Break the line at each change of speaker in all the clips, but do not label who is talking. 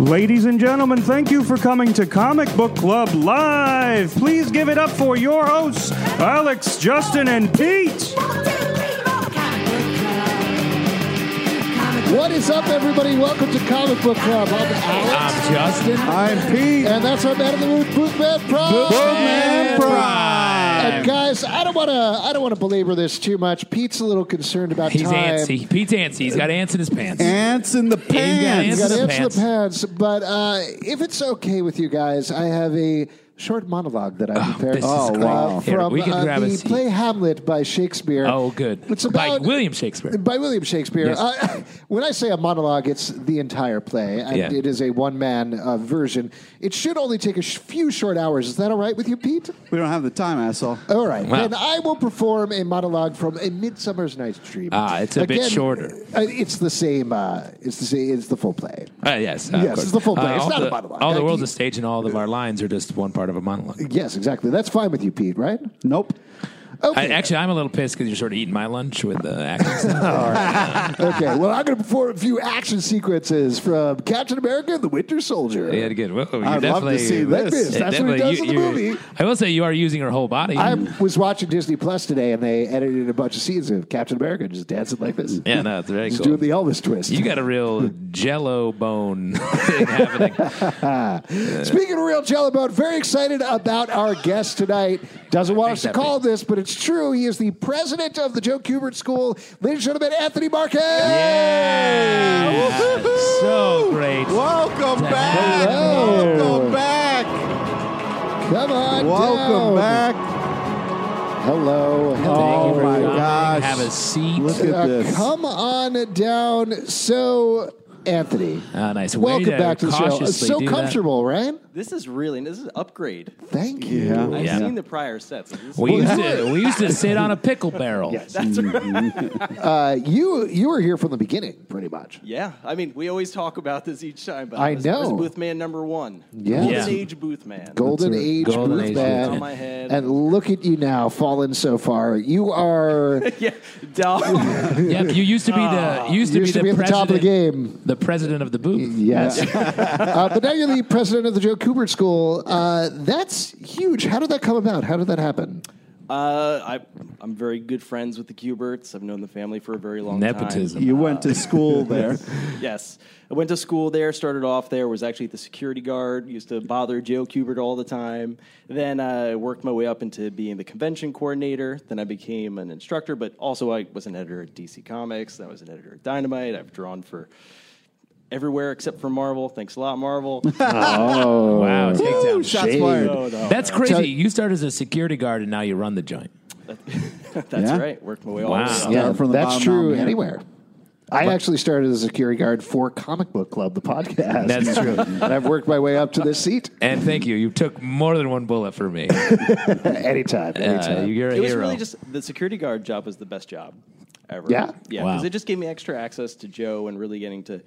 Ladies and gentlemen, thank you for coming to Comic Book Club Live. Please give it up for your hosts, Alex, Justin, and Pete.
What is up, everybody? Welcome to Comic Book Club. I'm Alex.
I'm Justin.
I'm Pete.
And that's our Man of the Moon Book Man Prime.
Man
And Uh, guys, I don't want to. I don't want to belabor this too much. Pete's a little concerned about
He's
time.
antsy. Pete's antsy. He's got ants in his pants.
Ants in the
ants.
pants.
Got
This is
to answer the pants,
pants.
but uh, if it's okay with you guys, I have a short monologue that I prepared.
this is Oh, great.
uh,
wow. Here,
from
we can
uh,
grab a
the
seat.
play Hamlet by Shakespeare.
Oh, good.
It's
By
about
William Shakespeare.
By William Shakespeare.
Yes.
Uh, when I say a monologue, it's the entire play, and
Yeah.
it is a one-man uh, version. It should only take a sh- few short hours. Is that all right with you, Pete?
We don't have the time, asshole.
All right.
Wow.
Then I will perform a monologue from A Midsummer's Night's Dream.
Ah, it's a bit shorter.
uh, It's the same. Uh, it's the same. It's the full play.
Uh, yes. uh, of
Yes,
course.
it's the full play. It's
all
not a
the,
monologue.
All
I
the world's
keep-
a stage, and all of our lines are just one part of a monologue.
Yes, exactly. That's fine with you, Pete, right?
Nope.
Okay.
I, actually, I'm a little pissed because you're sort of eating my lunch with the actors.
Oh. okay. Well, I'm going to perform a few action sequences from Captain America: and The Winter Soldier.
yeah, good. Well, you're
I'd love
definitely-
to see
That
this.
is- That's what he
definitely-
does in the
you're-
movie.
I will say you are using her whole body.
I was watching Disney Plus today, and they edited a bunch of scenes of Captain America just dancing like this.
yeah, no, it's very
just
cool.
doing the Elvis twist.
you got a real jello bone thing happening.
Speaking of real Jellybone, very excited about our guest tonight. Doesn't want us to
Thanks,
call this, but it's true. He is the president of the Joe Kubert School. Ladies and gentlemen, Anthony Marquez.
Yeah.
Woohoo!
so great.
Welcome back.
Hello.
Welcome back.
Oh, Come on down.
Welcome back.
Hello.
Oh
Hello.
my
Coming.
gosh.
Have a seat.
Look at
Uh,
this.
come on down. So, Anthony.
Ah, nice. Way
Welcome
to
back to the show. Uh,
cautiously
So
do that.
comfortable, right?
This is really this is an upgrade.
Thank you.
Yeah.
I've
Yeah.
seen the prior sets. This is-
We used to we used to sit on a pickle barrel.
That's right.
Uh, you you were here from the beginning, pretty much.
Yeah, I mean, we always talk about this each time. But
I
was- was
know.
booth man number one.
Yeah.
golden
Yeah.
age booth man.
Golden Age
Golden
Booth Man.
Age
Booth Man. On my head.
And look at you now, fallen so far. You are
Yeah, Dom.
Yep, you used to be the Ah. you used to
used
be
to be
the
at the
president,
top of the game.
the president of the booth.
Yes. uh, but now you're the president of the Joe Kubert School. Uh, that's huge. How did that come about? How did that happen?
uh, I, I'm very good friends with the Cuberts. I've known the family for a very long
Nepotism.
time.
You went to school there.
Yes, I went to school there. Started off there. Was actually the security guard. Used to bother Joe Kubert all the time. Then I worked my way up into being the convention coordinator. Then I became an instructor, but also I was an editor at DC Comics. I was an editor at Dynamite. I've drawn for everywhere except for Marvel. Thanks a lot, Marvel.
Wow, take that.
Ooh, shots fired.
That's crazy. you started as a security guard and now you run the joint.
That's
Yeah?
right. Worked my way all
Wow.
the way up.
Yeah, from the
that's
bottom
true
up, yeah.
anywhere. I actually started as a security guard for Comic Book Club, the podcast.
That's true.
and I've worked my way up to this seat
And thank you. You took more than one bullet for me.
anytime. anytime.
Uh, you're a
It was
hero.
really just the security guard job was the best job ever.
Yeah?
yeah,
Wow.
because it just gave me extra access to Joe and really getting to.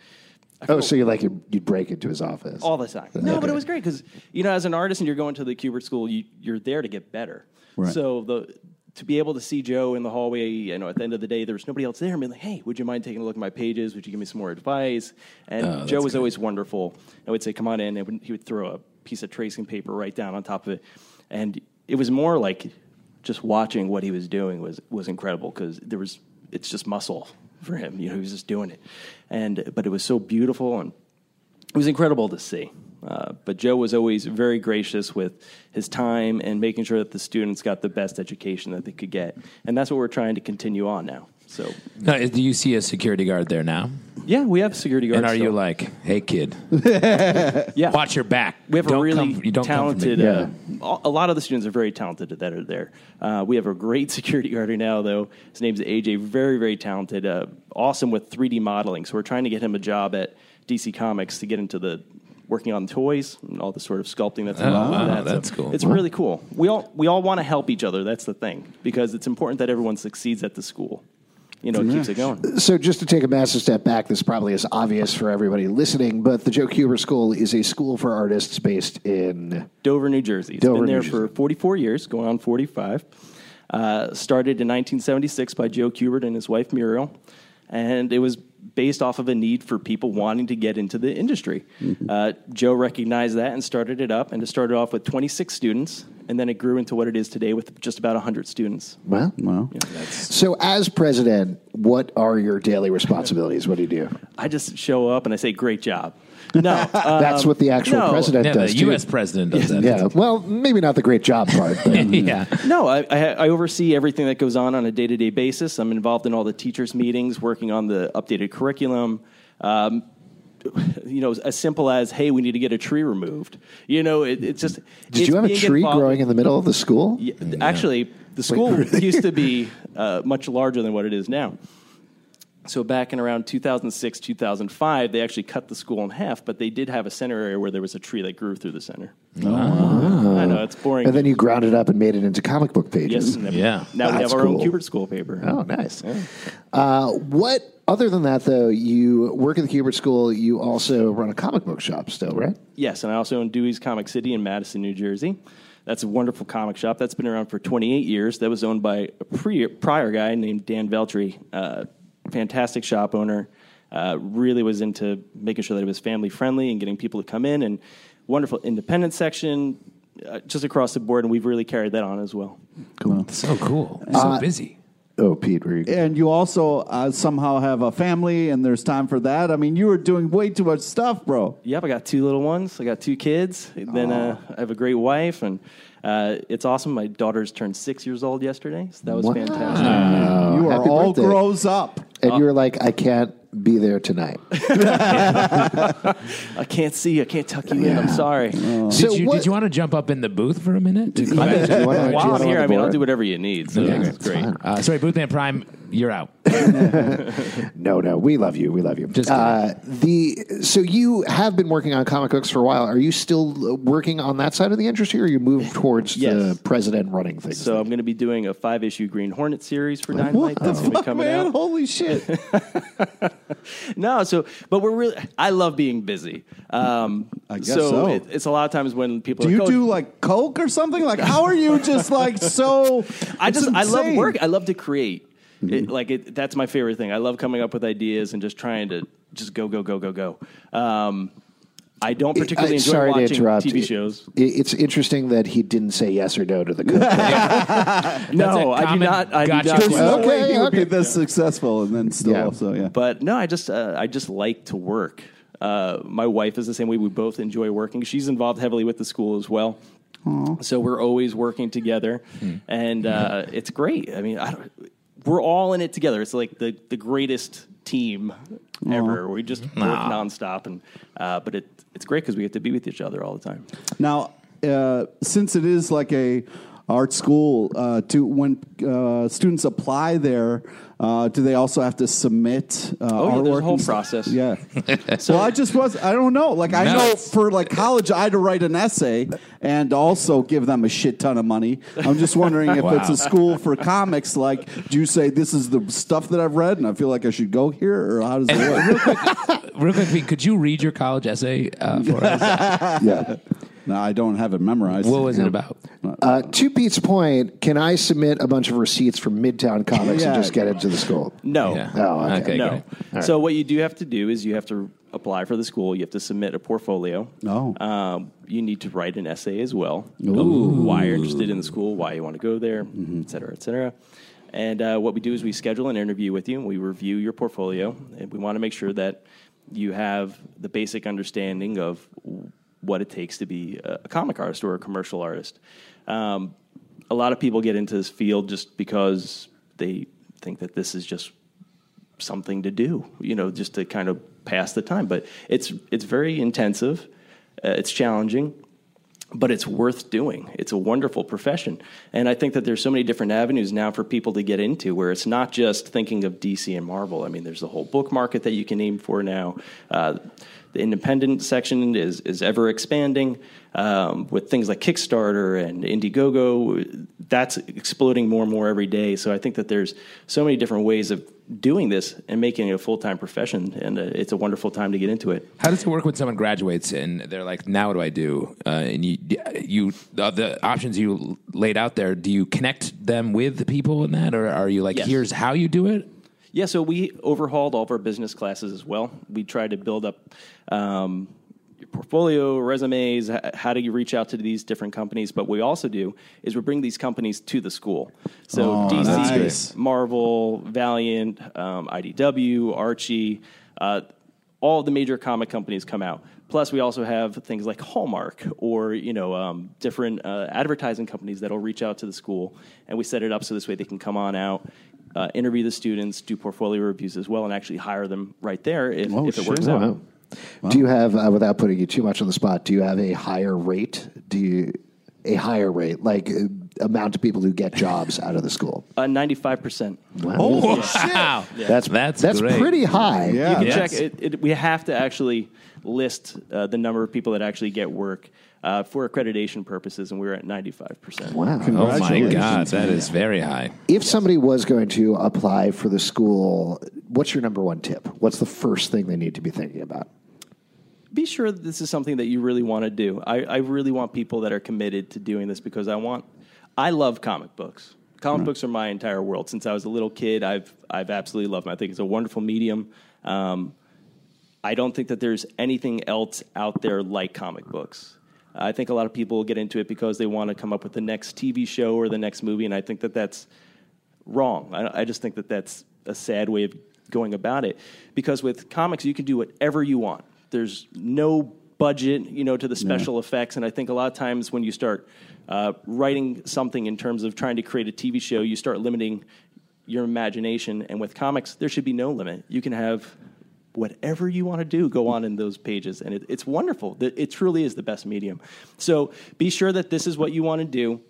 I
Oh, so you like you'd you'd break into his office?
all the time. No, but it was great because you know, as an artist, and you're going to the Kubert School, you, you're there to get better.
Right.
So the to be able to see Joe in the hallway, you know, at the end of the day, there was nobody else there. and be like, hey, would you mind taking a look at my pages? Would you give me some more advice? And Joe was always wonderful. I would say, come on in, and when- he would throw a piece of tracing paper right down on top of it, and it was more like just watching what he was doing was was incredible because there was it's just muscle for him. You know, he was just doing it, and but it was so beautiful and it was incredible to see. Uh, but Joe was always very gracious with his time and making sure that the students got the best education that they could get. And that's what we're trying to continue on now. So,
Now, do you see a security guard there now?
yeah, we have security guards.
and are you
still.
like, hey, kid,
yeah.
watch your back?
We have
Don't
a really
come- you don't come for me.
talented. Uh, a a lot of the students are very talented that are there. Uh, we have a great security guard right now, though. His name's AJ. Very, very talented. Uh, awesome with 3D modeling. So we're trying to get him a job at DC Comics to get into the working on toys and all the sort of sculpting that's involved. with
Ah, wow,
that. So
that's cool.
It's really cool. We all we all want to help each other. That's the thing because it's important that everyone succeeds at the school. You know, it keeps it going.
So, just to take a massive step back, this probably is obvious for everybody listening, but the Joe Cuber School is a school for artists based in.
Dover, New Jersey. It's
Dover,
been there
New
for 44 years, going on 45. Uh, started in 1976 by Joe Kubert and his wife Muriel, and it was based off of a need for people wanting to get into the industry.
Mm-hmm.
Uh, Joe recognized that and started it up, and it started off with 26 students, and then it grew into what it is today with just about 100 students.
Well,
Well,
so as president, what are your daily responsibilities? What do you do?
I just show up and I say, "Great job." No, uh,
That's what the actual
no.
president
Yeah,
does.
the
too.
U.S. president does that.
Yeah, well, maybe not the great job part. But
yeah.
No, I, I, I oversee everything that goes on on a day to day basis. I'm involved in all the teachers' meetings, working on the updated curriculum. Um, you know, as simple as, hey, we need to get a tree removed. You know, it, it's just.
did you have a tree growing in Mm, the middle of the school?
Actually, the school used to be uh, much larger than what it is now. So back in around 2006, 2005, they actually cut the school in half, but they did have a center area where there was a tree that grew through the center. I know, it's boring.
Oh. And then you ground it up and made it into comic book pages.
Yes. and then-
Yeah.
Now we
Mm-hmm. That's
have our own
cool.
Cubert School paper.
Oh, nice. Uh, what other than that, though? You work at the Hubert School. You also run a comic book shop, still, right?
Yes, and I also own Dewey's Comic City in Madison, New Jersey. That's a wonderful comic shop that's been around for 28 years. That was owned by a pre- prior guy named Dan Veltri, uh, fantastic shop owner. Uh, really was into making sure that it was family friendly and getting people to come in, and wonderful independent section uh, just across the board. And we've really carried that on as well.
So Oh, cool. Uh, So busy.
Oh, Pete, were you?
and you also uh, somehow have a family, and there's time for that. I mean, you were doing way too much stuff, bro.
Yep, I got two little ones. I got two kids. Then uh, I have a great wife, and uh, it's awesome. My daughter's turned six years old yesterday, so that was
Wow.
fantastic.
Ah.
you are
Oh, Uh, happy
all
birthday.
grows up.
And you were like, I can't be there tonight.
I can't see. I can't tuck you in. I'm sorry.
Did,
so
you,
what?
did you want to jump up in the booth for a minute? To go
I mean,
back
do you
to-
wanna- do you
While
wanna
I'm here,
on
I
the
mean, I'll
board?
do whatever you need. So
Yeah,
that's great.
uh, sorry, Boothman Prime, you're out.
No, no, we love you. We love you.
Just
uh, the so you have been working on comic books for a while. Are you still working on that side of the industry, or you moved towards
Yes.
the president running things?
So I'm going to be doing a five issue Green Hornet series for
What
Dynamite.
the
That's going to be
fuck,
coming
man?
out.
Holy shit!
No, so but we're really. I love being busy. Um, I
guess so.
It, it's a lot of times when people
Do
are,
you
"Oh,
do like coke or something? Like, how are you just like so?
I
it's
just I love
insane.
work. I love to create. It, like it, that's my favorite thing. I love coming up with ideas and just trying to just go go go go go. Um, I don't particularly
I'm
enjoy
sorry to
watching
interrupt.
TV shows.
It- It's interesting that he didn't say yes or no to the cook.
No,
That's a
I do
common
not. I
gotcha
do not.
There's
watch-
no
Okay,
way you would
okay.
be this successful, and then still
Yeah.
also yeah.
But no, I just uh, I just like to work. Uh, my wife is the same way. We both enjoy working. She's involved heavily with the school as well. So we're always working together, and uh, it's great. I mean, I don't, we're all in it together. It's like the the greatest team ever. We just work nonstop, and uh, but it it's great because we get to be with each other all the time.
Now, uh, since it is like a art school, uh, to when uh, students apply there, uh, do they also have to submit
Oh,
uh,
yeah,
artwork?
there's a whole
and stuff?
process.
Yeah. well, I just was. I don't know. Like I
No,
know
it's-
for like college, I had to write an essay and also give them a shit ton of money. I'm just wondering if
Wow.
it's a school for comics. Like, do you say this is the stuff that I've read and I feel like I should go here, or how does it work?
real quick, Pete, could you read your college essay uh, for us?
yeah. No, I don't have it memorized.
What was it about?
Uh, to Pete's point, can I submit a bunch of receipts from Midtown Comics and
Yeah.
just get into the school?
No.
Yeah.
Oh, okay.
okay.
No.
great.
So what you do have to do is you have to apply for the school. You have to submit a portfolio.
Oh.
Um, you need to write an essay as well. Of Why you're interested in the school, why you want to go there, et cetera, et cetera. And uh, what we do is we schedule an interview with you and we review your portfolio. And we want to make sure that you have the basic understanding of what it takes to be a a comic artist or a commercial artist. Um, a lot of people get into this field just because they think that this is just something to do, you know, just to kind of pass the time. But it's it's very intensive, uh, it's challenging, but it's worth doing. It's a wonderful profession, and I think that there's so many different avenues now for people to get into, where it's not just thinking of DC and Marvel. I mean, there's the whole book market that you can aim for now. Uh, the independent section is is ever expanding um, with things like Kickstarter and Indiegogo. That's exploding more and more every day. So I think that there's so many different ways of doing this and making it a full time profession, and uh, it's a wonderful time to get into it.
How does it work when someone graduates and they're like, "Now what do I do?" Uh, and you, you, uh, the options you laid out there. Do you connect them with the people in that, or are you like,
Yes.
"Here's how you do it"?
Yeah, so we overhauled all of our business classes as well. We tried to build up um, your portfolio, resumes, h- how do you reach out to these different companies. But we also do is we bring these companies to the school. So
Oh,
DC,
that's great.
Marvel, Valiant, um, IDW, Archie, uh, all of the major comic companies come out. Plus, we also have things like Hallmark or you know um, different uh, advertising companies that'll reach out to the school, and we set it up so this way they can come on out, uh, interview the students, do portfolio reviews as well, and actually hire them right there if,
Oh,
if it
sure.
works
Oh,
out.
wow. Do you have, uh, without putting you too much on the spot, do you have a higher rate? Do you a higher rate, like uh, amount of people who get jobs out of the school?
Uh, 95%.
Oh, wow!
That's
That's
that's
great.
pretty high.
yeah.
You can
Yes.
check it, it, we have to actually list uh, the number of people that actually get work uh, for accreditation purposes, and we we're at 95%.
Wow.
Oh my
Congratulations,
God, that is very high.
If somebody was going to apply for the school, what's your number one tip? What's the first thing they need to be thinking about?
be sure that this is something that you really want to do. I, I really want people that are committed to doing this because I want, I love comic books. Comic books are my entire world. Since I was a little kid, I've I've absolutely loved them. I think it's a wonderful medium. Um, I don't think that there's anything else out there like comic books. I think a lot of people get into it because they want to come up with the next TV show or the next movie, and I think that that's wrong. I, I just think that that's a sad way of going about it because with comics you can do whatever you want. There's no budget, you know, to the special effects, and I think a lot of times when you start uh, writing something in terms of trying to create a TV show, you start limiting your imagination. And with comics, there should be no limit. You can have whatever you want to do go on in those pages and it, it's wonderful That- it truly is the best medium so be sure that this is what you want to do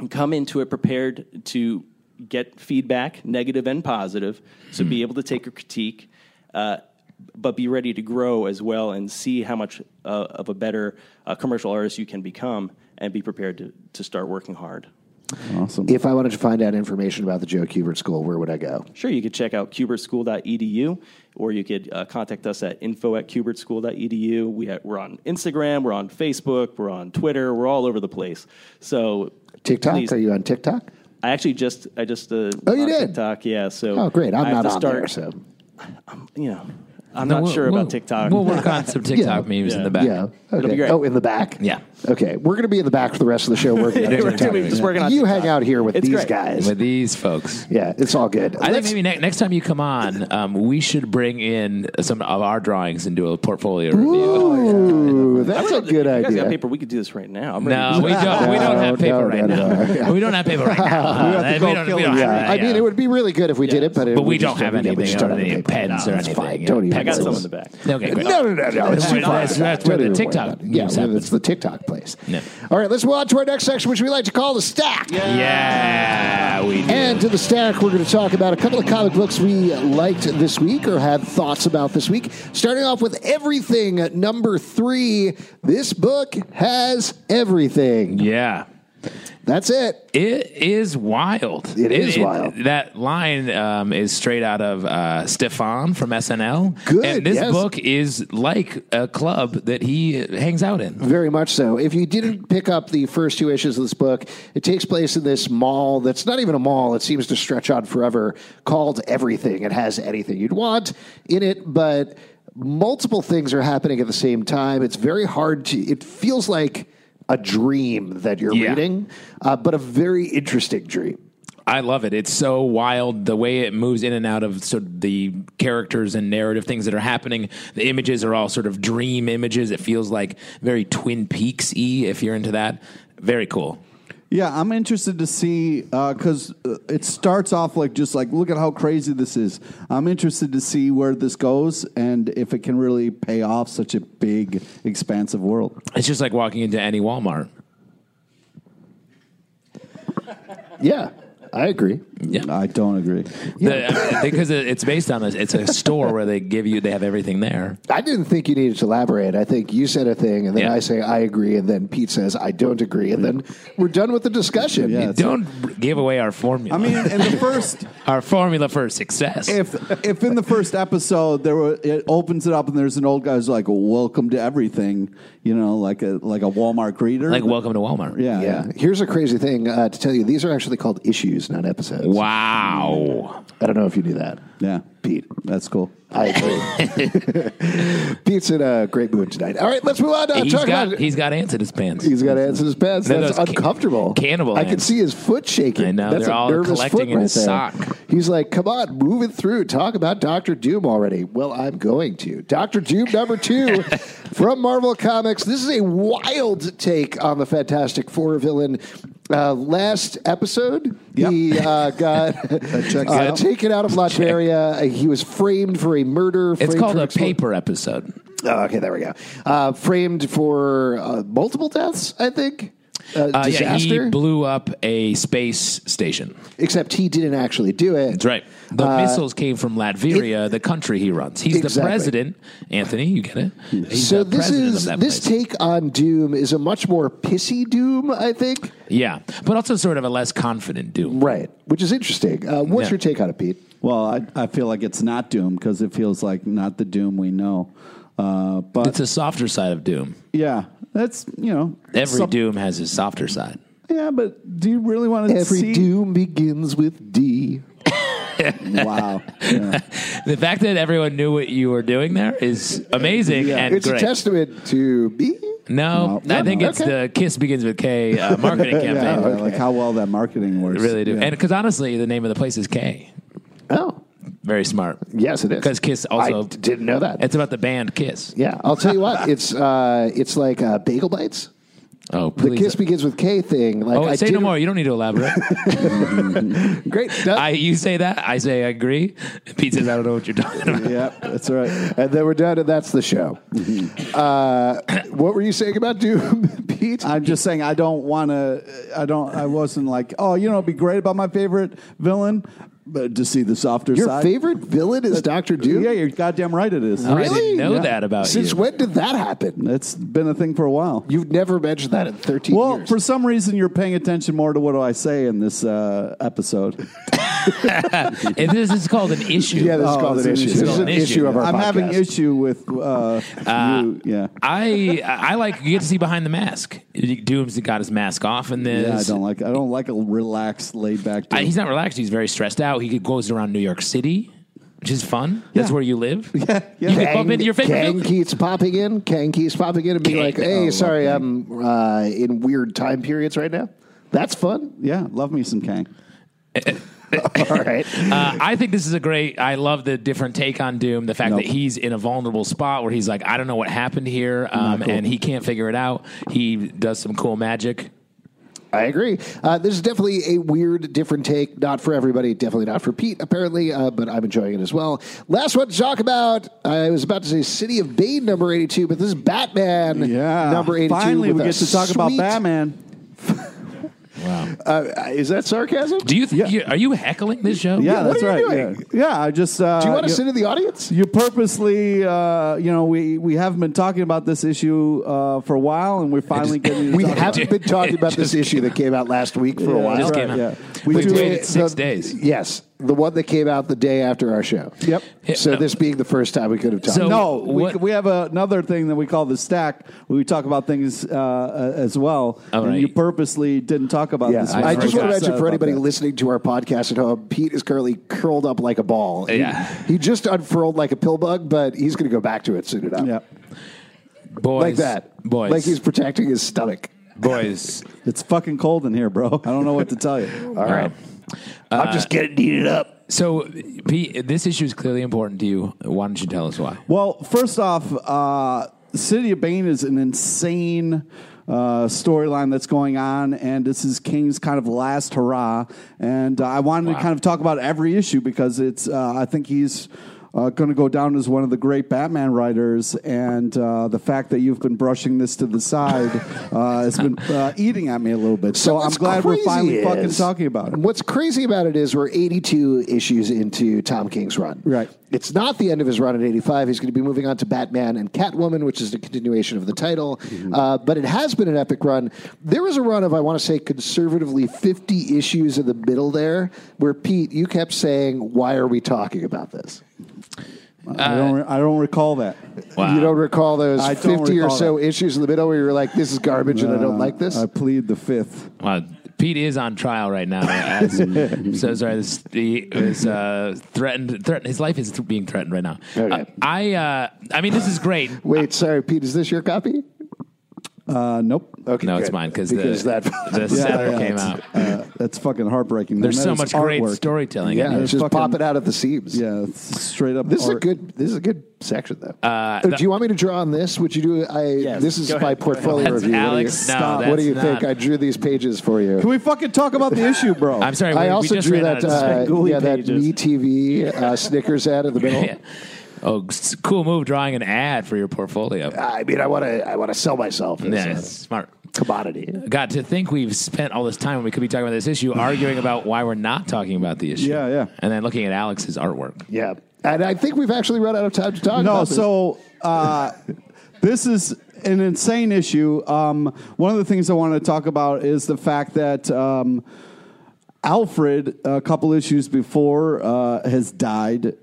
and come into it prepared to get feedback, negative and positive. So be able to take a critique, uh, but be ready to grow as well and see how much uh, of a better uh, commercial artist you can become and be prepared to, to start working hard.
Awesome.
If I wanted to find out information about the Joe Kubert School, where would I go?
Sure, you could check out cubertschool.edu or you could uh, contact us at info at cubertschool.edu. We ha- we're on Instagram, we're on Facebook, we're on Twitter, we're all over the place. So
TikTok?
please-
Are you on TikTok?
I actually just I just uh,
Oh, you
on
did?
TikTok, yeah. So
Oh, great! I'm
I have
not
to
on
start,
there, so
you know, I'm
No,
not
we'll-
sure
we'll-
about TikTok.
We'll work on some TikTok memes in the back.
yeah. Okay.
be great.
Oh, in the back.
Yeah.
Okay, we're going to be in the back for the rest of the show. Working on
We're
TikTok.
doing-
just working on
you
TikTok.
hang out here with
It's
these
great.
guys.
With these folks.
yeah, it's all good.
I think
Let's-
maybe ne- next time you come on, um, we should bring in some of our drawings and do a portfolio review.
Ooh,
I
that's a
would've-
good
if you guys got
idea.
paper. We could do this right now. I'm ready.
No, we don't. We don't have paper
No,
right
no,
now. We don't have paper right now.
have to
Uh,
go
don't-
kill
don't
him.
have
Yeah,
that,
I mean,
yeah.
it would be really good if we did it, but it,
But we
just
don't have
yeah, we
anything
just don't
or
have
any
paper.
pens
No,
or
that's
anything.
fine.
Yeah.
Don't even
I got
worry
some
about
in
it.
the back.
Okay, great.
No, no, no, no. It's
That's
too
where-
far.
that's- that's where
Don't even
the
worry
TikTok
about it. Yeah,
news
it's
happens.
the TikTok place.
Yeah.
All right, let's move on to our next section, which we like to call the stack.
Yeah, we do.
And to the stack, we're going to talk about a couple of comic books we liked this week or had thoughts about this week. Starting off with everything at number three. This book has everything.
Yeah.
That's it.
It is wild.
It is wild.
that line um, is straight out of uh, Stefan from SNL.
Good,
And this
yes.
book is like a club that he hangs out in.
Very much so. If you didn't pick up the first two issues of this book, it takes place in this mall that's not even a mall. It seems to stretch on forever, called Everything. It has anything you'd want in it, but multiple things are happening at the same time. It's very hard to, it feels like a dream that you're
Yeah.
reading, uh, but a very interesting dream.
I love it. It's so wild the way it moves in and out of sort of the characters and narrative things that are happening. The images are all sort of dream images. It feels like very Twin Peaks y if you're into that. Very cool.
Yeah, I'm interested to see because uh, it starts off like just like look at how crazy this is. I'm interested to see where this goes and if it can really pay off such a big, expansive world.
It's just like walking into any Walmart.
Yeah, I agree.
I don't agree.
The- because it- it's based on a, it's a store where they give you they have everything there.
I didn't think you needed to elaborate. I think you said a thing, and then
Yeah.
I say I agree, and then Pete says I don't agree, and then we're done with the discussion.
Yeah. That's
Don't give away our formula.
I mean, in the first,
our formula for success.
if if in the first episode there were, it opens it up and there's an old guy who's like, "Welcome to everything," you know, like a like a Walmart greeter,
like, welcome to Walmart.
yeah,
Yeah. Here's a crazy thing uh, to tell you. These are actually called issues, not episodes.
Wow.
I don't know if you knew that.
yeah,
Pete.
That's cool.
I agree. Pete's in a great mood tonight. All right, let's move on to
He's
Uh, talk
got
about.
he's got ants in his pants.
He's got ants in his pants.
They're
That's
those ca-
uncomfortable.
cannibal
I can
ants.
see his foot shaking.
I know,
That's
they're
a
all
nervous
collecting
foot
in
right
his
there.
sock.
He's like, "Come on, move it through. Talk about Doctor Doom already." Well, I'm going to Doctor Doom number two from Marvel Comics. This is a wild take on the Fantastic Four villain. Uh, last episode, he uh, got
checks
uh,
out.
taken out of Latveria. He was framed for a murder.
It's
framed
called
for
a
explo-
paper episode.
Oh, okay, there we go. Uh, framed for uh, multiple deaths, I think. Uh,
Uh, yeah,
disaster.
he blew up a space station.
Except he didn't actually do it.
That's right. The missiles came from Latveria, the country he runs. He's the
Uh, Exactly.
president, Anthony. You get it? He's
so
the
this
president
is
of that
this
place.
take on Doom is a much more pissy Doom, I think.
yeah, but also sort of a less confident Doom.
Right, which is interesting. Uh, what's
Yeah.
your take on it, Pete?
Well, I, I feel like it's not Doom because it feels like not the Doom we know. Uh, but
It's a softer side of Doom.
yeah, that's you know
Every
some-
Doom has his softer side.
Yeah, but do you really want to
Every
see?
Doom begins with D.
Wow, Yeah.
The fact that everyone knew what you were doing there is amazing and
It's
great.
a testament to me.
No,
No.
I think
No.
it's the Kiss Begins with K uh, marketing campaign.
yeah, like how well that marketing works.
They really do.
Yeah.
And because honestly, the name of the place is K.
Oh,
Very smart.
yes, it is.
Because Kiss also.
I d- didn't know that.
It's about the band Kiss.
yeah, I'll tell you what. It's uh, it's like uh, bagel bites.
Oh,
The
please.
kiss begins with K thing. Like,
Oh,
I
say no
didn't-
more. You don't need to elaborate.
Great.
I, you say that. I say I agree. Pete says I don't know what you're talking about.
yeah, that's right.
And then we're done, and that's the show.
Mm-hmm.
uh, what were you saying about Doom, Pete?
I'm just saying I don't want to. I don't. I wasn't like, oh, you know, it'd be great about my favorite villain, but to see the softer
Your
side.
favorite villain is Doctor Doom.
Yeah, you're goddamn right. It is.
I didn't know
Yeah.
that about
Since
you.
when did that happen?
It's been a thing for a while.
You've never mentioned that in thirteen
Well,
years.
for some reason, you're paying attention more to what do I say in this uh, episode.
And this is called an issue.
yeah, this is
Oh,
called
it's
an
an
issue.
issue.
This is an
It's an
issue of our.
I'm having
podcast.
issue with uh, you. Yeah,
I I like you get to see behind the mask. Doom's got his mask off in
yeah. I
this.
don't like. I don't like a relaxed, laid back.
Uh,
dude.
he's not relaxed. He's very stressed out. He goes around New York City, which is fun. That's where you live. You can bump
Kang,
into your favorite
Kang
villain.
keeps popping in. Kang keeps popping in and being
Kang.
like, "Hey,
Oh,
sorry, I'm uh, in weird time periods right now." That's fun.
yeah, love me some Kang.
All right.
Uh, I think this is a great. I love the different take on Doom. The fact that he's in a vulnerable spot where he's like, I don't know what happened here, um, and he can't figure it out. He does some cool magic.
I agree. Uh, this is definitely a weird, different take. Not for everybody. Definitely not for Pete, apparently, uh, but I'm enjoying it as well. Last one to talk about. I was about to say City of Bane, number 82, but this is Batman,
Yeah,
number 82.
Finally,
with
we
a
get to talk about
sweet-
Batman.
Uh, is that sarcasm?
Do you think
Yeah.
you, are you heckling this show?
Yeah,
what
that's
are you
right.
doing?
Yeah. yeah, I just. Uh,
Do you want to
you-
sit in the audience?
You purposely, uh, you know, we, we have been talking about this issue uh, for a while, and we're finally getting. to
We
talk
haven't been talking about this issue that came out last week for a while.
just came
right,
out.
yeah.
We
do
waited
it-
six
the-
days.
Yes, the one that came out the day after our show.
Yep.
Yeah,
so
no.
this being the first time we could have talked.
So-
No, we,
Oh, What-
we have another thing that we call the stack. Where we talk about things uh, uh, as well,
All
and
right.
you purposely didn't talk about
yeah,
this.
I,
I'm
just want
very
to mention
upset
for
about
anybody
that.
listening to our podcast at home, Pete is currently curled up like a ball. He-
Yeah.
he, just unfurled like a pill bug, but he's going to go back to it soon enough.
Yeah,
boys,
like that,
boys,
like he's protecting his stomach.
boys.
it's fucking cold in here, bro. I don't know what to tell you.
All right, I'm just getting heated up.
So, Pete, this issue is clearly important to you. Why don't you tell us why?
Well, first off, uh, City of Bane is an insane uh, storyline that's going on, and this is King's kind of last hurrah. And uh, I wanted to kind of talk about every issue because it's, uh, I think he's. Uh, going to go down as one of the great Batman writers, and uh, the fact that you've been brushing this to the side uh, has been uh, eating at me a little bit. So, I'm
what's
glad we're
crazy
finally
is-
fucking talking about it.
What's crazy about it is we're 82 issues into Tom King's run.
Right.
It's not the end of his run at 85. He's going to be moving on to Batman and Catwoman, which is the continuation of the title.
Mm-hmm.
Uh, but it has been an epic run. There was a run of, I want to say, conservatively 50 issues in the middle there, where Pete, you kept saying, Why are we talking about this?
I, don't re- I don't recall that.
You don't recall those
I don't
50 or
recall
so
that.
issues in the middle where you were like, This is garbage and I don't
Uh,
like this?
I plead the fifth.
Wow, Pete is on trial right now. As, I'm so sorry. This, he was uh, threatened. Threatened. His life is th- being threatened right now.
Okay.
Uh, I. Uh, I mean, this is great.
Wait, sorry, Pete, is this your copy?
Uh, nope.
Okay,
No, it's
good.
mine cause
because
the,
that
the setter came
it's-
out.
Uh, that's fucking heartbreaking. man.
There's
That
so
is
much great
artwork.
storytelling.
Yeah,
in
it's just
fucking-
pop it out at the seams.
Yeah, it's straight up.
This is a
art.
good. This is a good section, though. Uh, do you want me to draw on this? Would you do? I.
Yes,
this is
go
my
ahead, go ahead.
portfolio
That's
review. what
Alex,
do you,
no,
Stop.
that's
what do you think?
not-
I drew these pages for
Can
you.
we fucking talk about the issue, bro?
I'm sorry. we,
I
we
also
just
drew
ran out
that.
of time.
Uh,
Spangoolie
yeah, that
pages.
MeTV uh, Snickers ad in the middle.
Yeah. Oh, s- cool move drawing an ad for your portfolio.
I mean, I want to. I want to sell myself as
yeah,
a
it's smart.
commodity.
God, to think we've spent all this time when we could be talking about this issue, arguing about why we're not talking about the issue.
Yeah, yeah.
And then looking at Alex's artwork.
Yeah, and I think we've actually run out of time to talk.
no,
about this.
so uh, this is an insane issue. Um, one of the things I want to talk about is the fact that. Um, Alfred, a couple issues before, uh, has died,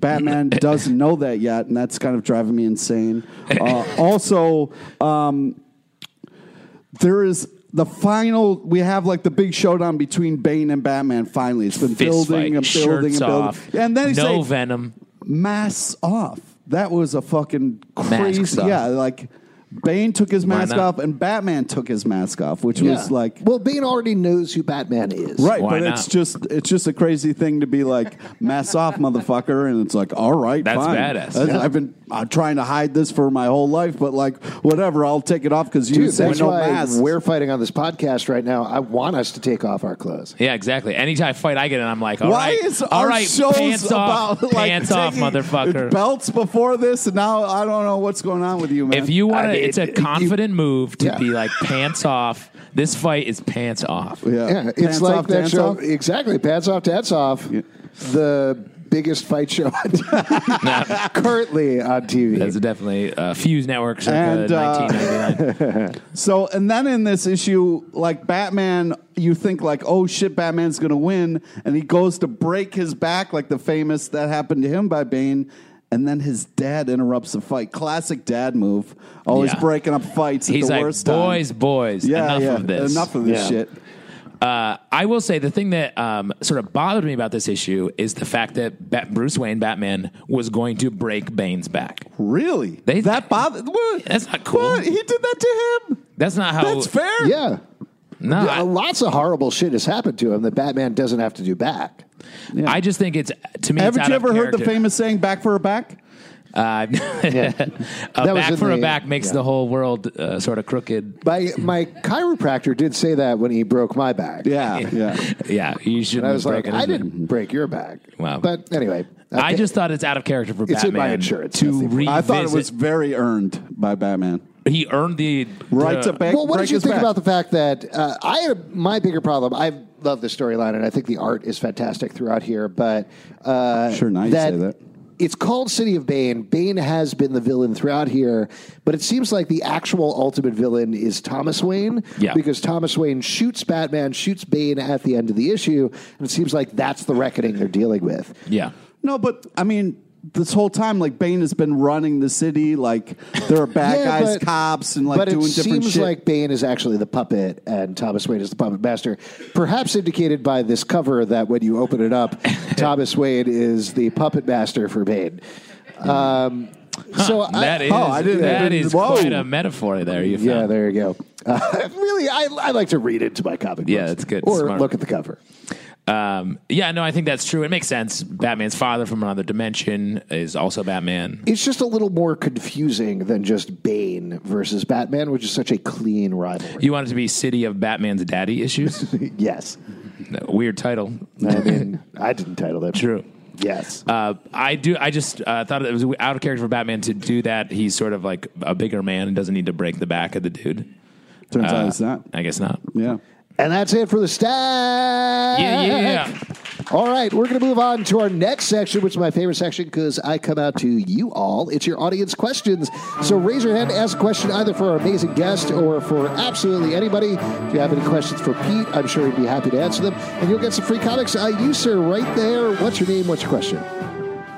Batman doesn't know that yet, and that's kind of driving me insane. Uh, also, um, there is the final. We have like the big showdown between Bane and Batman. Finally, it's been
Fist
building
fight,
and building
shirts
and building,
off,
and then he's
no
like,
venom.
masks off. That was a fucking
Masks
crazy.
off.
Yeah, like Bane took his
Why
mask
not?
off and Batman took his mask off, which
Yeah.
was like
well, Bane already knows who Batman is.
right,
Why
but
not?
it's just it's just a crazy thing to be like mask off, motherfucker, and it's like all right,
That's
fine.
badass.
That's- I've been uh, trying to hide this for my whole life, but like whatever, I'll take it off because you
Dude,
said
that's
no
why
mask.
we're fighting on this podcast right now. I want us to take off our clothes.
Yeah, exactly. Anytime I fight, I get it. I'm like, all
Why
right,
is
all
our
right,
shows
pants
about
off,
like
pants off,
taking
motherfucker.
belts before this? And now I don't know what's going on with you, man.
if you
I
want to,
mean,
it's a
you-
confident move to
Yeah.
be like pants off. This fight is pants off.
yeah,
Yeah, it's
Pants
like
off,
that
dance
show.
off.
Exactly, pants off, tats off. The biggest fight show on currently on TV.
That's definitely uh, Fuse Network circa
And, uh,
1999.
So, and then in this issue, like Batman, you think like, oh shit, Batman's gonna win, and he goes to break his back, like the famous that happened to him by Bane. And then his dad interrupts the fight. Classic dad move. Always
Yeah.
breaking up fights at
He's
the
like,
worst time.
boys, boys,
yeah,
enough
yeah,
of this.
Enough of this
Yeah.
shit.
Uh, I will say the thing that um, sort of bothered me about this issue is the fact that Bat- Bruce Wayne Batman was going to break Bane's back.
Really?
They-
that bothered. What?
That's not cool. Oh,
What? He did that to him.
That's not how.
That's fair.
yeah.
No,
Yeah,
I-
lots of horrible shit has happened to him that Batman doesn't have to do back.
I just think it's to me. it's
Haven't
out
you
of
ever heard the
character.
famous saying "back for a back"?
Uh,
That
a
was
back
in
for a
the-
back makes
yeah.
the whole world uh, sort of crooked.
My my chiropractor did say that when he broke my back.
Yeah, yeah.
Yeah, you should.
And I was like,
broken,
I
isn't it?
didn't break your back.
Wow.
But anyway,
I
okay.
just thought it's out of character for
It's in
Batman
my insurance,
to
that's the
revisit.
point.
I thought it was very earned by Batman.
he earned the
Right
the-
to back.
Well, what
break
did you
his
think
back.
about the fact that uh, I had my bigger problem? I love the storyline, and I think the art is fantastic throughout here. But uh,
Sure, now you say that.
It's called City of Bane. Bane has been the villain throughout here, but it seems like the actual ultimate villain is Thomas Wayne.
Yeah.
Because Thomas Wayne shoots Batman, shoots Bane at the end of the issue, and it seems like that's the reckoning they're dealing with.
Yeah.
No, but I mean, this whole time, like Bane has been running the city. Like there are bad
Yeah,
guys,
but-
cops, and like
but
doing
it
different
seems
shit.
like Bane is actually the puppet and Thomas Wayne is the puppet master. Perhaps indicated by this cover that when you open it up, Thomas Wayne is the puppet master for Bane. Um, so I-
That is
oh, I didn't-
that is
whoa.
quite a metaphor there. You
yeah,
found.
there you go. Uh, really, I, I like to read into my comic.
Yeah,
books.
that's good.
Or
Smart.
look at the cover.
Um, yeah, no, I think that's true. It makes sense. Batman's father from another dimension is also Batman.
It's just a little more confusing than just Bane versus Batman, which is such a clean rivalry.
You want it to be City of Batman's Daddy Issues?
yes,
No, Weird title.
I mean, I didn't title that.
True.
Yes.
Uh, I do. I just uh, thought it was out of character for Batman to do that. He's sort of like a bigger man and doesn't need to break the back of the dude.
Turns
Uh,
out it's not.
I guess not.
Yeah.
And that's it for the stack.
Yeah, yeah, yeah.
All right, we're going to move on to our next section, which is my favorite section because I come out to you all. It's your audience questions. So raise your hand, ask a question either for our amazing guest or for absolutely anybody. If you have any questions for Pete, I'm sure he'd be happy to answer them. And you'll get some free comics. Uh, you, sir, right there. What's your name? What's your question?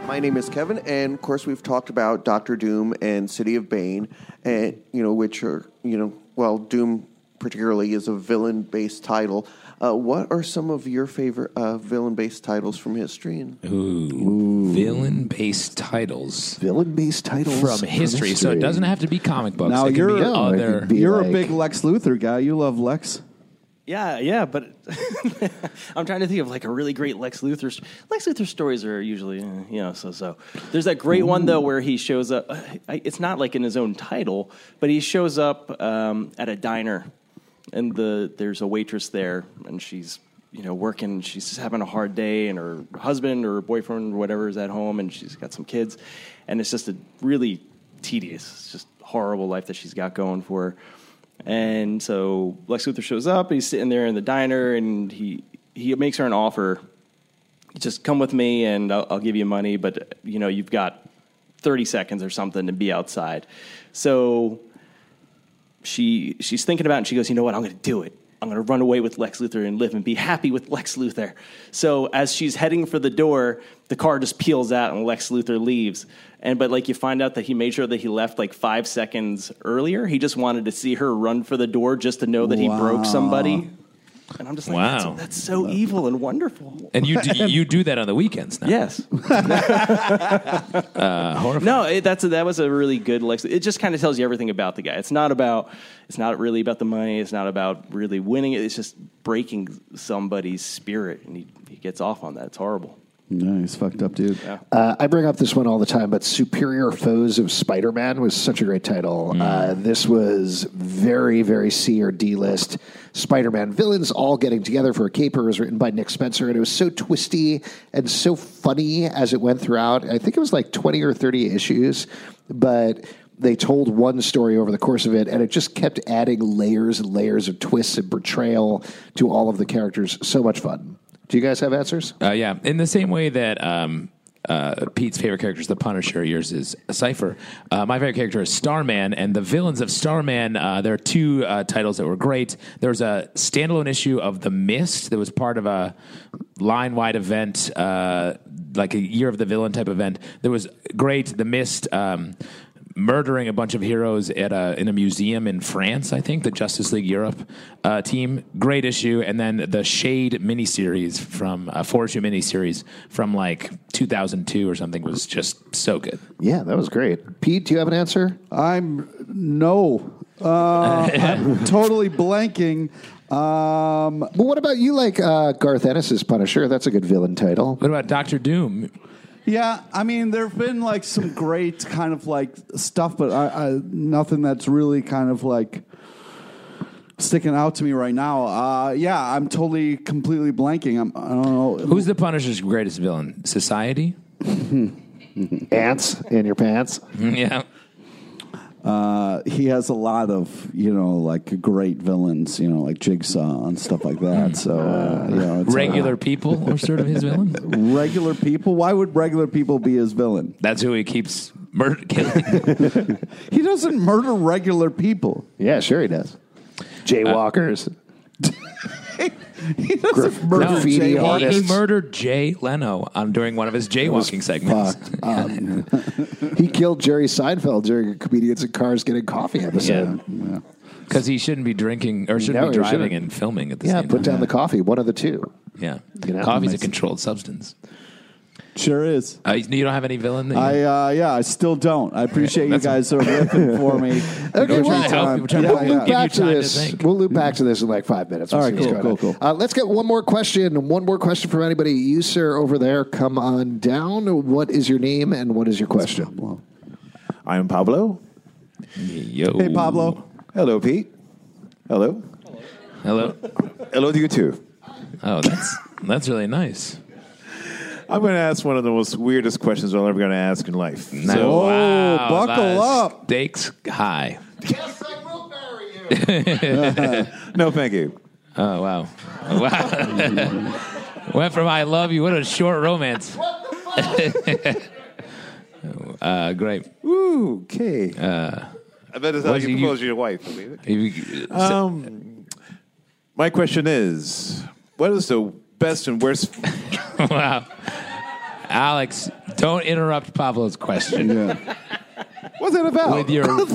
My name is Kevin, and of course we've talked about Doctor Doom and City of Bane, and you know which are you know well Doom particularly is a villain-based title. Uh, what are some of your favorite uh, villain-based titles from history? And
Villain based titles
Villain based titles
from history. So it doesn't have to be comic books.
Now
it can
you're-
be
Yeah,
Oh,
it
other.
could be
You're
like-
a big Lex Luthor guy. You love Lex.
Yeah, yeah, but I'm trying to think of like a really great Lex Luthor. st- Lex Luthor stories are usually, eh, you know, so so. There's that great one though where he shows up. uh, I- It's not like in his own title, but he shows up um, at a diner, and the there's a waitress there, and she's you know working. She's just having a hard day, and her husband or boyfriend or whatever is at home, and she's got some kids, and it's just a really tedious, it's just horrible life that she's got going for her. And so Lex Luthor shows up. He's sitting there in the diner, and he he makes her an offer. Just come with me, and I'll, I'll give you money. But you know, you've got thirty seconds or something to be outside. So she she's thinking about it and she goes, you know what, I'm gonna do it. I'm gonna run away with Lex Luthor and live and be happy with Lex Luthor. So as she's heading for the door, the car just peels out and Lex Luthor leaves. And but like you find out that he made sure that he left like five seconds earlier. He just wanted to see her run for the door just to know that he broke somebody. And I'm just like,
Wow.
that's, that's so evil and wonderful.
and you do, you do that on the weekends now.
Yes.
Uh,
no, it, that's a, that was a really good Lex. It just kind of tells you everything about the guy. It's not about it's not really about the money. It's not about really winning. it. It's just breaking somebody's spirit, and he, he gets off on that. It's horrible.
No, he's fucked up, dude.
Uh, I bring up this one all the time, but Superior Foes of Spider Man was such a great title. Uh, this was very, very C or D list Spider Man villains all getting together for a caper. It was written by Nick Spencer, and it was so twisty and so funny as it went throughout. I think it was like 20 or 30 issues, but they told one story over the course of it, and it just kept adding layers and layers of twists and betrayal to all of the characters. So much fun. Do you guys have answers?
Uh, yeah, in the same way that um, uh, Pete's favorite character is the Punisher, yours is Cipher. Uh, my favorite character is Starman, and the villains of Starman. Uh, there are two uh, titles that were great. There was a standalone issue of The Mist that was part of a line-wide event, uh, like a Year of the Villain type event. That was great. The Mist. Um, murdering a bunch of heroes at a in a museum in France. I think the Justice League Europe uh, team, great issue, and then the Shade miniseries from a four issue miniseries from like 2002 or something was just so good.
Yeah, that was great. Pete, do you have an answer?
I'm no. Uh, I'm totally blanking. Um,
Well, what about you like uh, Garth Ennis's Punisher? That's a good villain title.
What about Doctor Doom?
yeah, I mean, there have been like some great kind of like stuff, but I, I, nothing that's really kind of like sticking out to me right now. Uh, yeah, I'm totally completely blanking. I'm, I don't know.
Who's the Punisher's greatest villain? Society?
Ants in your pants.
yeah.
Uh, he has a lot of you know like great villains, you know like Jigsaw and stuff like that. So uh, you know, it's, uh,
Regular people are sort of his villain.
regular people. Why would regular people be his villain?
That's who he keeps murder killing.
He doesn't murder regular people.
Yeah, sure he does. Jaywalkers.
He doesn't
Graf-
murder
graffiti
jaywalkers.
He- he,
artists.
murdered Jay Leno um, during one of his jaywalking segments.
Fucked up. he killed Jerry Seinfeld during a comedians in cars getting coffee episode. Yeah,
Because he shouldn't be drinking or shouldn't
No,
be
he
driving
shouldn't.
and filming at the same
put
time.
down the coffee. One of the two.
Yeah,
know,
coffee's a
makes-
controlled substance.
Sure is.
Uh, you don't have any villain. That you,
I uh, yeah, I still don't. I appreciate you guys are ripping for me.
Okay,
we're
well,
trying to help you. We're trying to
we'll
help you.
loop
Give you
back to
time to
this.
think.
we'll loop back to this in like five minutes. We'll
All
see
right,
what's
cool,
going
cool,
on. Uh, let's get one more question. One more question from anybody. You, sir, over there, come on down. What is your name and what is your question?
I am Pablo.
Yo.
Hey Pablo,
Hello, Pete. Hello.
Hello.
Hello to you too.
Oh, that's that's really nice.
I'm going to ask one of the most weirdest questions I'm ever going to ask in life. So,
oh,
buckle up.
uh, Stakes high.
Yes, I will marry you.
no, thank you.
Oh wow, wow. Went from I love you. What a short romance. uh, great.
Ooh, okay. I bet it's how
what
you
do you-
propose to your wife. believe it.
You- uh,
Um, my question is, what is the best and worst?
wow, Alex, don't interrupt Pablo's question.
What's that about?
With your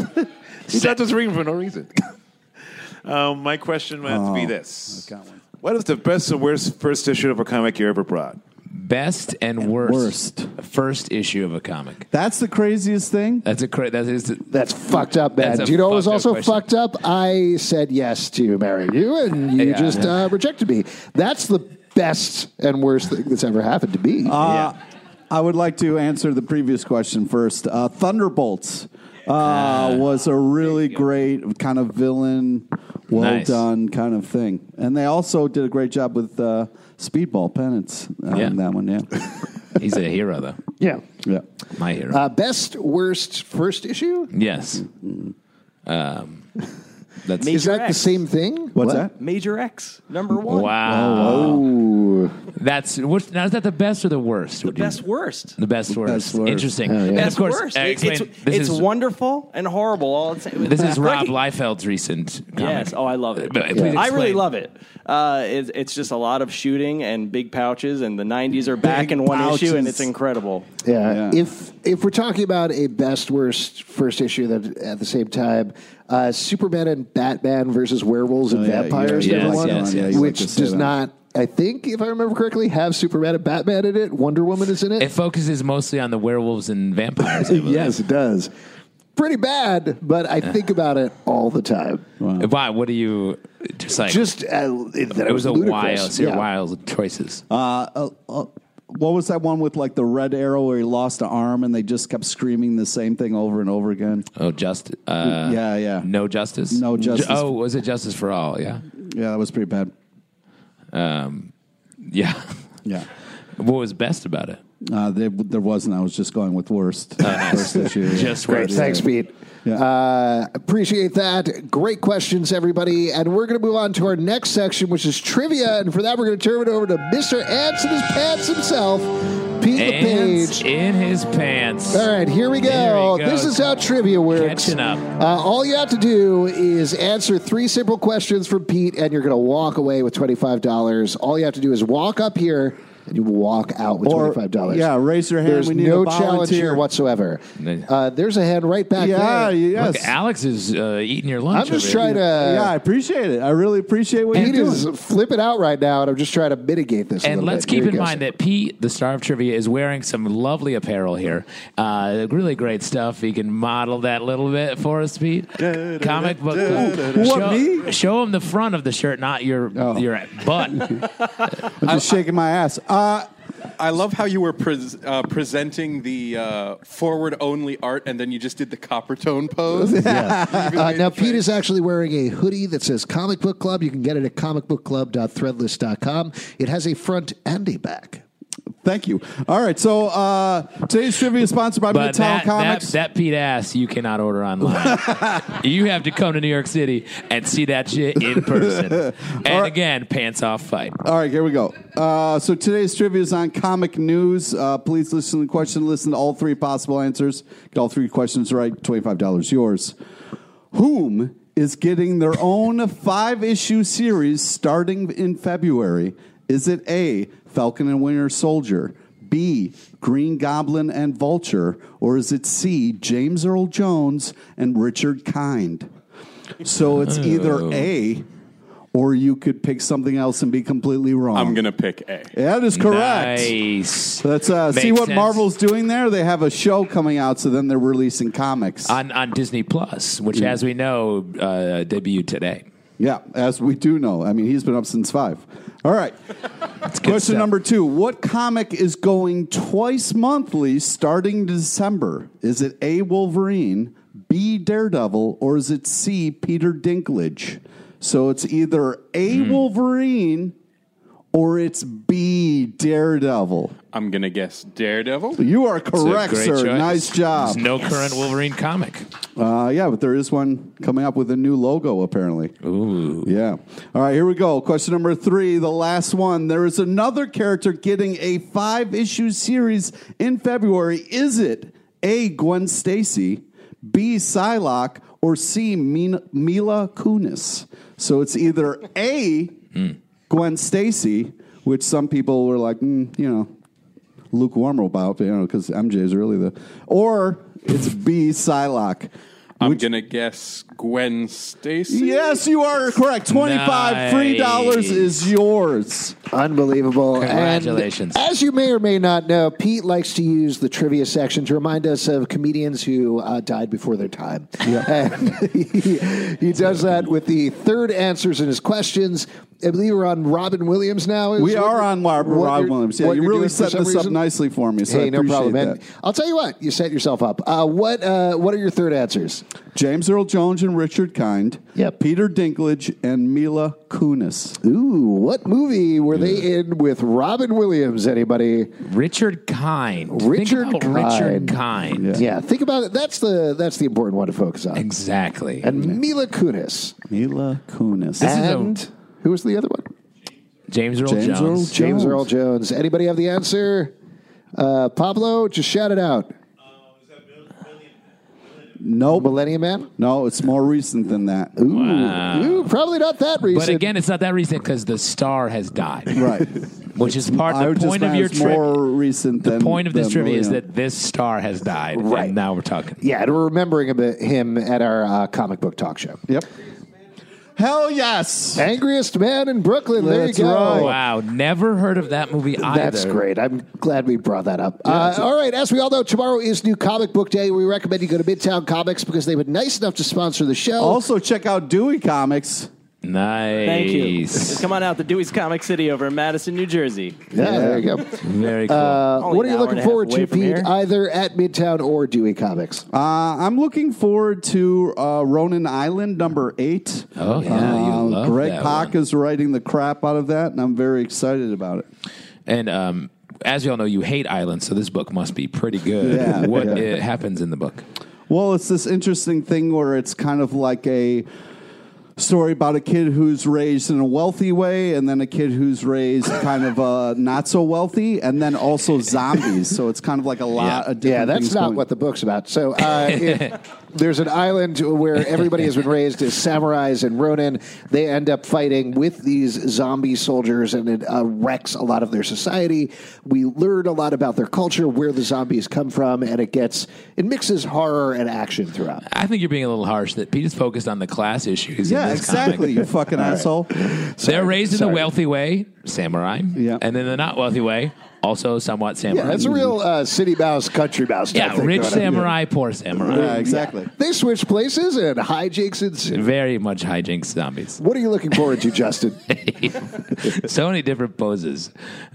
He's not just reading for no reason. um, my question would have to be this: What is the best and worst first issue of a comic you ever brought?
best and, worst,
worst.
first issue of a comic.
that's the craziest thing.
That's a cra- that is
That's fucked up, man.
That's a
Do you know what was
fucked up
also
question.
fucked up? I said yes to marry you, and you
Yeah.
just uh, rejected me. That's the best and worst thing that's ever happened to me.
Uh, I would like to answer the previous question first. Uh, Thunderbolts uh, was a really great kind of villain, well
Nice.
done kind of thing, and they also did a great job with uh, Speedball Penance on
Yeah.
that one. Yeah,
he's a hero though.
yeah.
yeah.
My hero.
Uh, best, worst first issue?
yes. Um, that's
Is that the
X.
same thing?
What's that?
Major X, number one.
wow.
Ooh.
That's which, now is that the best or the worst?
The best worst.
The best worst.
best worst.
Interesting.
yeah.
And
That's
of course,
worse.
uh,
It-
explain,
it's
this
it's
is
wonderful and horrible all at the same.
This is Rob
Like-
Liefeld's recent. Comic.
Yes. Oh, I love it.
But please
I really
explain.
love it. Uh, it's, it's just a lot of shooting and big pouches, and the 90s are back
Big
in one issue, and
pouches.
it's incredible.
Yeah.
Yeah.
If if we're talking about a best worst first issue that at the same time, uh, Superman and Batman versus werewolves and
Oh, yeah,
vampires,
yeah,
number
yes,
one,
yes, yes.
You like
which
to say
does
that.
not, I think, if I remember correctly, have Superman and Batman in it. Wonder Woman is in it.
It focuses mostly on the werewolves and vampires. I believe.
yes, it does. Pretty bad, but I
Uh.
think about it all the time.
Why? What do you just like?
Just uh, it, that
it was a
ludicrous.
wild,
Yeah.
wild choices.
Uh, uh, what was that one with like the red arrow where he lost an arm and they just kept screaming the same thing over and over again?
Oh, just uh,
yeah, yeah.
No justice.
No
Ju-
justice.
Oh, was it justice for all? Yeah,
Yeah, that was pretty bad.
yeah.
Yeah.
what was best about it?
Uh, there, there wasn't. I was just going with worst. First issue. yeah.
Uh, Just
Great.
worse.
Thanks, Pete.
Yeah.
Uh, appreciate that. Great questions, everybody. And we're going to move on to our next section, which is trivia. And for that, we're going to turn it over to Mr. Ants in his pants himself, Pete
Ants
LePage.
in his pants.
All right, here we
There
go.
he
This is
goes.
how trivia works.
Catching up.
Uh, all you have to do is answer three simple questions from Pete, and you're going to walk away with $25. All you have to do is walk up here, and you walk out with
Or-
$25.
yeah, raise your hand.
There's
We need
no
a
challenge here
volunteer.
whatsoever. Uh, there's a hand right back
Yeah,
there.
yes.
Look, Alex is uh, eating your lunch.
I'm just
over
trying to.
here.
yeah, I appreciate it. I really appreciate what
Pete
you're doing.
is flipping out right now, and I'm just trying to mitigate this. a
And
little
let's
bit. Here
keep
he
in
goes.
mind that Pete, the star of trivia, is wearing some lovely apparel here. Uh, really great stuff. He can model that little bit for us, Pete. Comic book. club.
What,
show,
me?
show him the front of the shirt, not your
Oh.
your butt.
I'm just shaking my ass. Uh,
I love how you were pres uh, presenting the uh, forward only art, and then you just did the copper tone pose.
Uh, now, Pete is actually wearing a hoodie that says Comic Book Club. You can get it at comicbookclub.threadless.com. It has a front and a back.
Thank you. All right. So uh, today's trivia is sponsored by
But
Midtown
that, that,
Comics.
that Pete ass you cannot order online. you have to come to New York City and see that shit in person. And again, pants off fight.
All right, here we go. Uh, so today's trivia is on comic news. Uh, please listen to the question, listen to all three possible answers. Get all three questions right. $25 yours. Whom is getting their own five issue series starting in February? Is it A, Falcon and Winter Soldier? B, Green Goblin and Vulture? Or is it C, James Earl Jones and Richard Kind? So it's
Oh.
either A, or you could pick something else and be completely wrong.
I'm gonna pick A.
That is correct.
Nice.
Let's uh, see
Makes
what
sense.
Marvel's doing there. They have a show coming out, so then they're releasing comics.
on on Disney Plus,
Mm.
which, as we know, uh, debuted today.
yeah, as we do know. I mean, he's been up since five. All right. Question
stuff.
number two What comic is going twice monthly starting December? Is it A, Wolverine, B, Daredevil, or is it C, Peter Dinklage? So it's either A,
Hmm.
Wolverine, or it's B, Daredevil.
I'm gonna guess Daredevil.
You are
It's a
correct,
great
sir.
choice.
Nice job.
There's no current Wolverine comic.
Uh, yeah, but there is one coming up with a new logo, apparently. Ooh. Yeah. All right, here we go. Question number three, the last one. There is another character getting a five issue series in February. Is it A, Gwen Stacy, B, Psylocke, or C, Mina, Mila Kunis? So it's either A, Gwen Stacy, which some people were like, mm, you know, lukewarm about, you know, because MJ is really the, or it's B, Psylocke.
I'm gonna guess Gwen Stacy.
Yes, you are correct. Twenty-five free dollars
Nice.
is yours.
Unbelievable. And
Congratulations.
as you may or may not know, Pete likes to use the trivia section to remind us of comedians who uh, died before their time. And he, he does that with the third answers in his questions. I believe we're on Robin Williams now. is
We
what
are
you're-
on Rob,
what
Rob
you're-
Williams. Yeah,
what
you
you're
really
doing for
set
some
this up
reason?
nicely for me. So I
hey, no
appreciate
problem. And
that.
I'll tell you what, you set yourself up. Uh, what uh, What are your third answers?
James Earl Jones and Richard Kind.
Yep.
Peter Dinklage and Mila Kunis.
Ooh, what movie were they in with Robin Williams? Anybody?
Richard Kind.
Richard
Think about
Kind.
Richard Kind.
Yeah. think about it. That's the that's the important one to focus on.
Exactly.
And Mila Kunis.
Mila Kunis.
is a-
and who was the other one?
James Earl
James
Jones.
Earl Jones.
James Earl Jones. Anybody have the answer? Uh, Pablo, just shout it out.
nope.
Millennium Man.
No, it's more recent than that.
Ooh, Ooh, probably not that recent.
Uh, But again, it's not that recent because the star has died,
Right.
which is part
I
of
would
the
just
point of
meant
your
it's more
trivia.
recent
The
than
point of this
than
trivia is
Millennium.
that this star has died,
Right.
and now we're talking.
yeah, and we're remembering a bit him at our uh, comic book talk show.
Yep. Hell yes.
Angriest Man in Brooklyn. There
That's
you go.
right.
Oh, Wow, never heard of that movie either.
That's great. I'm glad we brought that up. uh, all right. As we all know, tomorrow is New Comic Book Day. We recommend you go to Midtown Comics because they've been nice enough to sponsor the show.
Also check out Dewey Comics.
Nice.
Thank you. Come on out to Dewey's Comic City over in Madison, New Jersey.
yeah, there you go. Uh,
Very cool.
Uh,
Only
what are
an
you
hour
looking
and a half
forward
away
to,
from
Pete?
here.
Either at Midtown or Dewey Comics.
Uh, I'm looking forward to uh, Ronin Island number eight.
Oh, yeah, you
Uh,
love
Greg
that
Pak
one.
is writing the crap out of that, and I'm very excited about it.
And um, as you all know, you hate islands, so this book must be pretty good.
Yeah,
what
yeah.
It happens in the book?
Well, it's this interesting thing where it's kind of like a story about a kid who's raised in a wealthy way, and then a kid who's raised kind of uh, not so wealthy, and then also zombies. so it's kind of like a lot
Yeah.
of different
Yeah, that's
things
not
going-
what the book's about. So uh, it, there's an island where everybody has been raised as samurais and ronin. They end up fighting with these zombie soldiers, and it uh, wrecks a lot of their society. We learn a lot about their culture, where the zombies come from, and it gets it mixes horror and action throughout.
I think you're being a little harsh that Pete is focused on the class issues. in
Yeah,
this
exactly,
comic.
you fucking asshole.
They're raised in
sorry.
the wealthy way, samurai.
Yeah.
And then the not wealthy way, also somewhat
Yeah,
samurai.
that's a real uh, city mouse, country mouse. Type
Yeah,
thing
rich
going on.
samurai, poor samurai.
Yeah, exactly.
They switch places and hijinks ensue.
Very much hijinks zombies.
What are you looking forward to, Justin?
so many different poses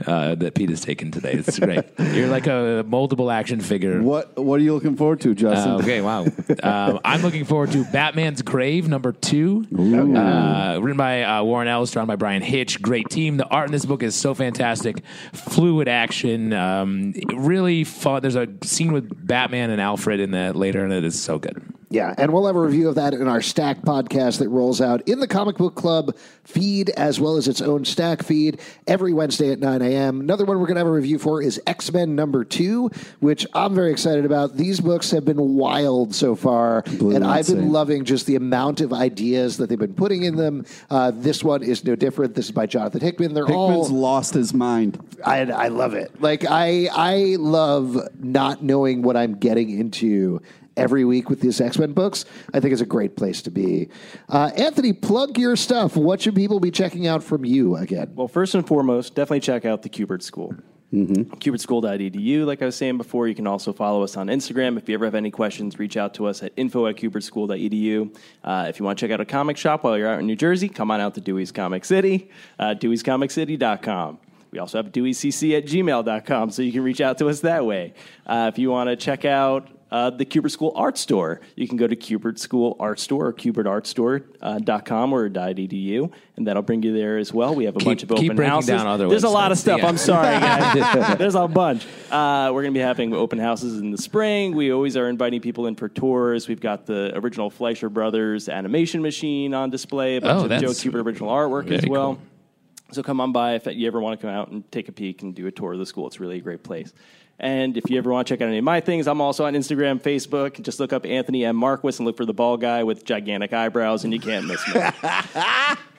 uh, that Pete has taken today. It's great. You're like a moldable action figure.
What What are you looking forward to, Justin?
Uh, okay, wow. um, I'm looking forward to Batman's Grave number two, uh, written by uh, Warren Ellis, drawn by Brian Hitch. Great team. The art in this book is so fantastic, fluid action. Um, really fun. There's a scene with Batman and Alfred in that later, and it is so good.
Yeah, and we'll have a review of that in our Stack podcast that rolls out in the Comic Book Club feed as well as its own Stack feed every Wednesday at 9 a.m. Another one we're going to have a review for is X Men number two, which I'm very excited about. These books have been wild so far, and I've been
insane.
loving just the amount of ideas that they've been putting in them. Uh, this one is no different. This is by Jonathan Hickman. They're all
Hickman's lost his mind.
I, I love it. Like I I love not knowing what I'm getting into every week with these X Men books. I think it's a great place to be. Uh, Anthony, plug your stuff. What should people be checking out from you again?
Well, first and foremost, definitely check out the Cubert School. Cubertschool.edu, E like I was saying before. You can also follow us on Instagram. If you ever have any questions, reach out to us at info at cubertschool.edu. E Uh, if you want to check out a comic shop while you're out in New Jersey, come on out to Dewey's Comic City, uh, deweyscomiccity.com. We also have deweycc at gmail.com, so you can reach out to us that way. Uh, if you want to check out uh, the Cubert School Art Store. You can go to Cubert School Art Store or cubertartstore.com or .edu, and that'll bring you there as well. We have a
Keep-
bunch of
keep
open
breaking
houses.
down other
There's a lot of
websites.
stuff.
Yeah.
I'm sorry, guys. There's a bunch. Uh, we're going to be having open houses in the spring. We always are inviting people in for tours. We've got the original Fleischer Brothers animation machine on display, a bunch
Oh,
of Joe
that's
Kubert original artwork as
very
well.
cool.
So come on by if you ever want to come out and take a peek and do a tour of the school. It's really a great place. And if you ever want to check out any of my things, I'm also on Instagram, Facebook. Just look up Anthony M. Marquis and look for the ball guy with gigantic eyebrows, and you can't miss me.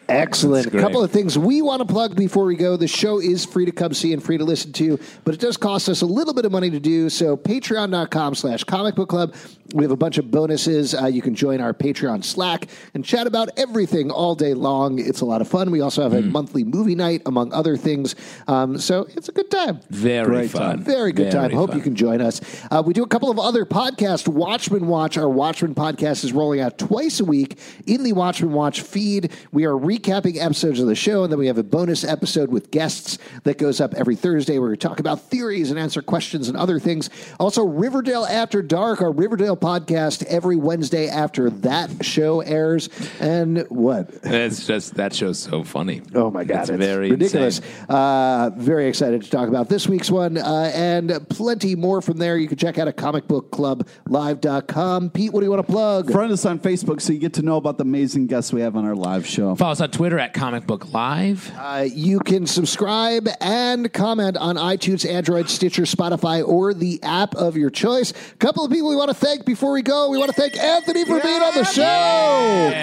Excellent. A
great.
couple of things we want to plug before we go. The show is free to come see and free to listen to, but it does cost us a little bit of money to do. So patreon.com slash comic book club. We have a bunch of bonuses. Uh, you can join our Patreon Slack and chat about everything all day long. It's a lot of fun. We also have a monthly movie night, among other things. Um, so it's a good time.
Very
Great
fun.
time.
Very good time. Hope
fun.
you can join us. Uh, we do a couple of other podcasts. Watchmen Watch, our Watchmen podcast is rolling out twice a week in the Watchmen Watch feed. We are recapping episodes of the show, and then we have a bonus episode with guests that goes up every Thursday where we talk about theories and answer questions and other things. Also, Riverdale After Dark, our Riverdale podcast every Wednesday after that show airs. And what?
It's just that show's so funny.
Oh my god,
it's,
it's,
very
ridiculous.
insane.
Uh, very excited to talk about this week's one uh, and plenty more from there. You can check out at comicbookclublive.com. Pete, what do you want to plug?
Friend us on Facebook so you get to know about the amazing guests we have on our live show.
Follow us on Twitter at Comic Book Live.
Uh, you can subscribe and comment on iTunes, Android, Stitcher, Spotify, or the app of your choice. A couple of people we want to thank before we go. We want to thank Anthony for being on the show.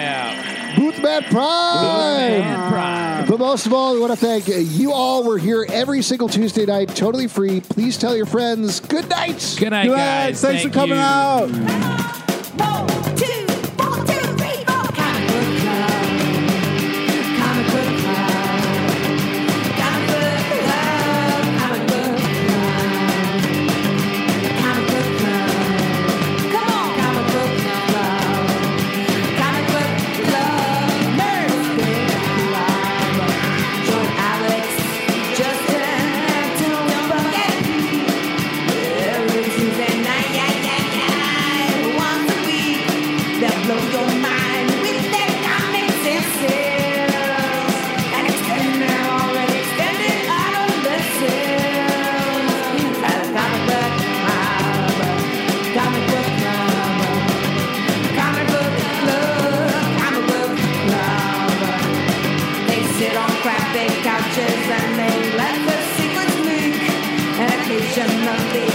Boothman Prime. But most of all, we want to thank you all. We're here every single Tuesday night, totally free. Please tell your friends. Good night.
Good night,
Good night.
guys.
Thanks for
Thank
coming
you.
out.
One, two, four, two, three, four. Comic book club. Comic book club. Comic book club. Comic book club. Comic book club. Come on, comic book club. Comic book club. Nerds get wild. Join Alex, Justin, Tony, Buck, and Pete. Every Tuesday night, yeah, yeah, yeah. Once a week, they'll blow your mind with their comic senses. And extend their already extended adolescence. At a comic book club, comic book club, comic book club, comic book club. They sit on crappy couches and they let the secrets leak. And occasionally